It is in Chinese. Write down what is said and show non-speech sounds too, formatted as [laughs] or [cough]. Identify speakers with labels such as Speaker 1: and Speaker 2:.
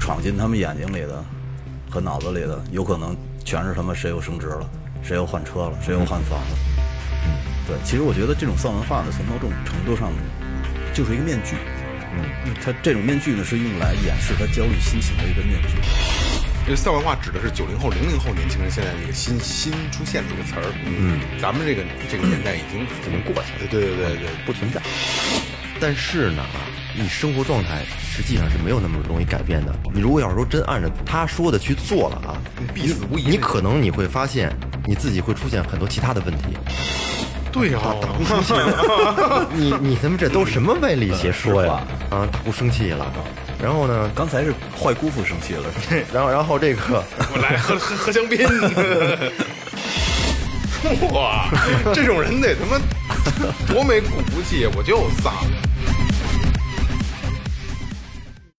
Speaker 1: 闯进他们眼睛里的和脑子里的，有可能全是他们谁又升职了，谁又换车了，谁又换房了。嗯对，其实我觉得这种丧文化呢，从某种程度上就是一个面具。嗯，它这种面具呢，是用来掩饰他焦虑心情的一个面具。
Speaker 2: 因为丧文化指的是九零后、零零后年轻人现在这个新新出现的这个词儿，嗯，咱们这个这个年代已经已经过去了，对对对对，
Speaker 3: 不存在。但是呢，你生活状态实际上是没有那么容易改变的。你如果要说真按照他说的去做了啊，
Speaker 2: 必死无疑。
Speaker 3: 你可能你会发现你自己会出现很多其他的问题。
Speaker 2: 对啊，
Speaker 3: 大姑生气了，你你他妈这都什么歪理邪说呀？啊，大姑生气了，然后呢，
Speaker 1: 刚才是坏姑父生气了，
Speaker 3: 然后然后这个
Speaker 2: 我来喝喝喝香槟。 [laughs] 哇，这种人得他妈多没骨气！我就丧。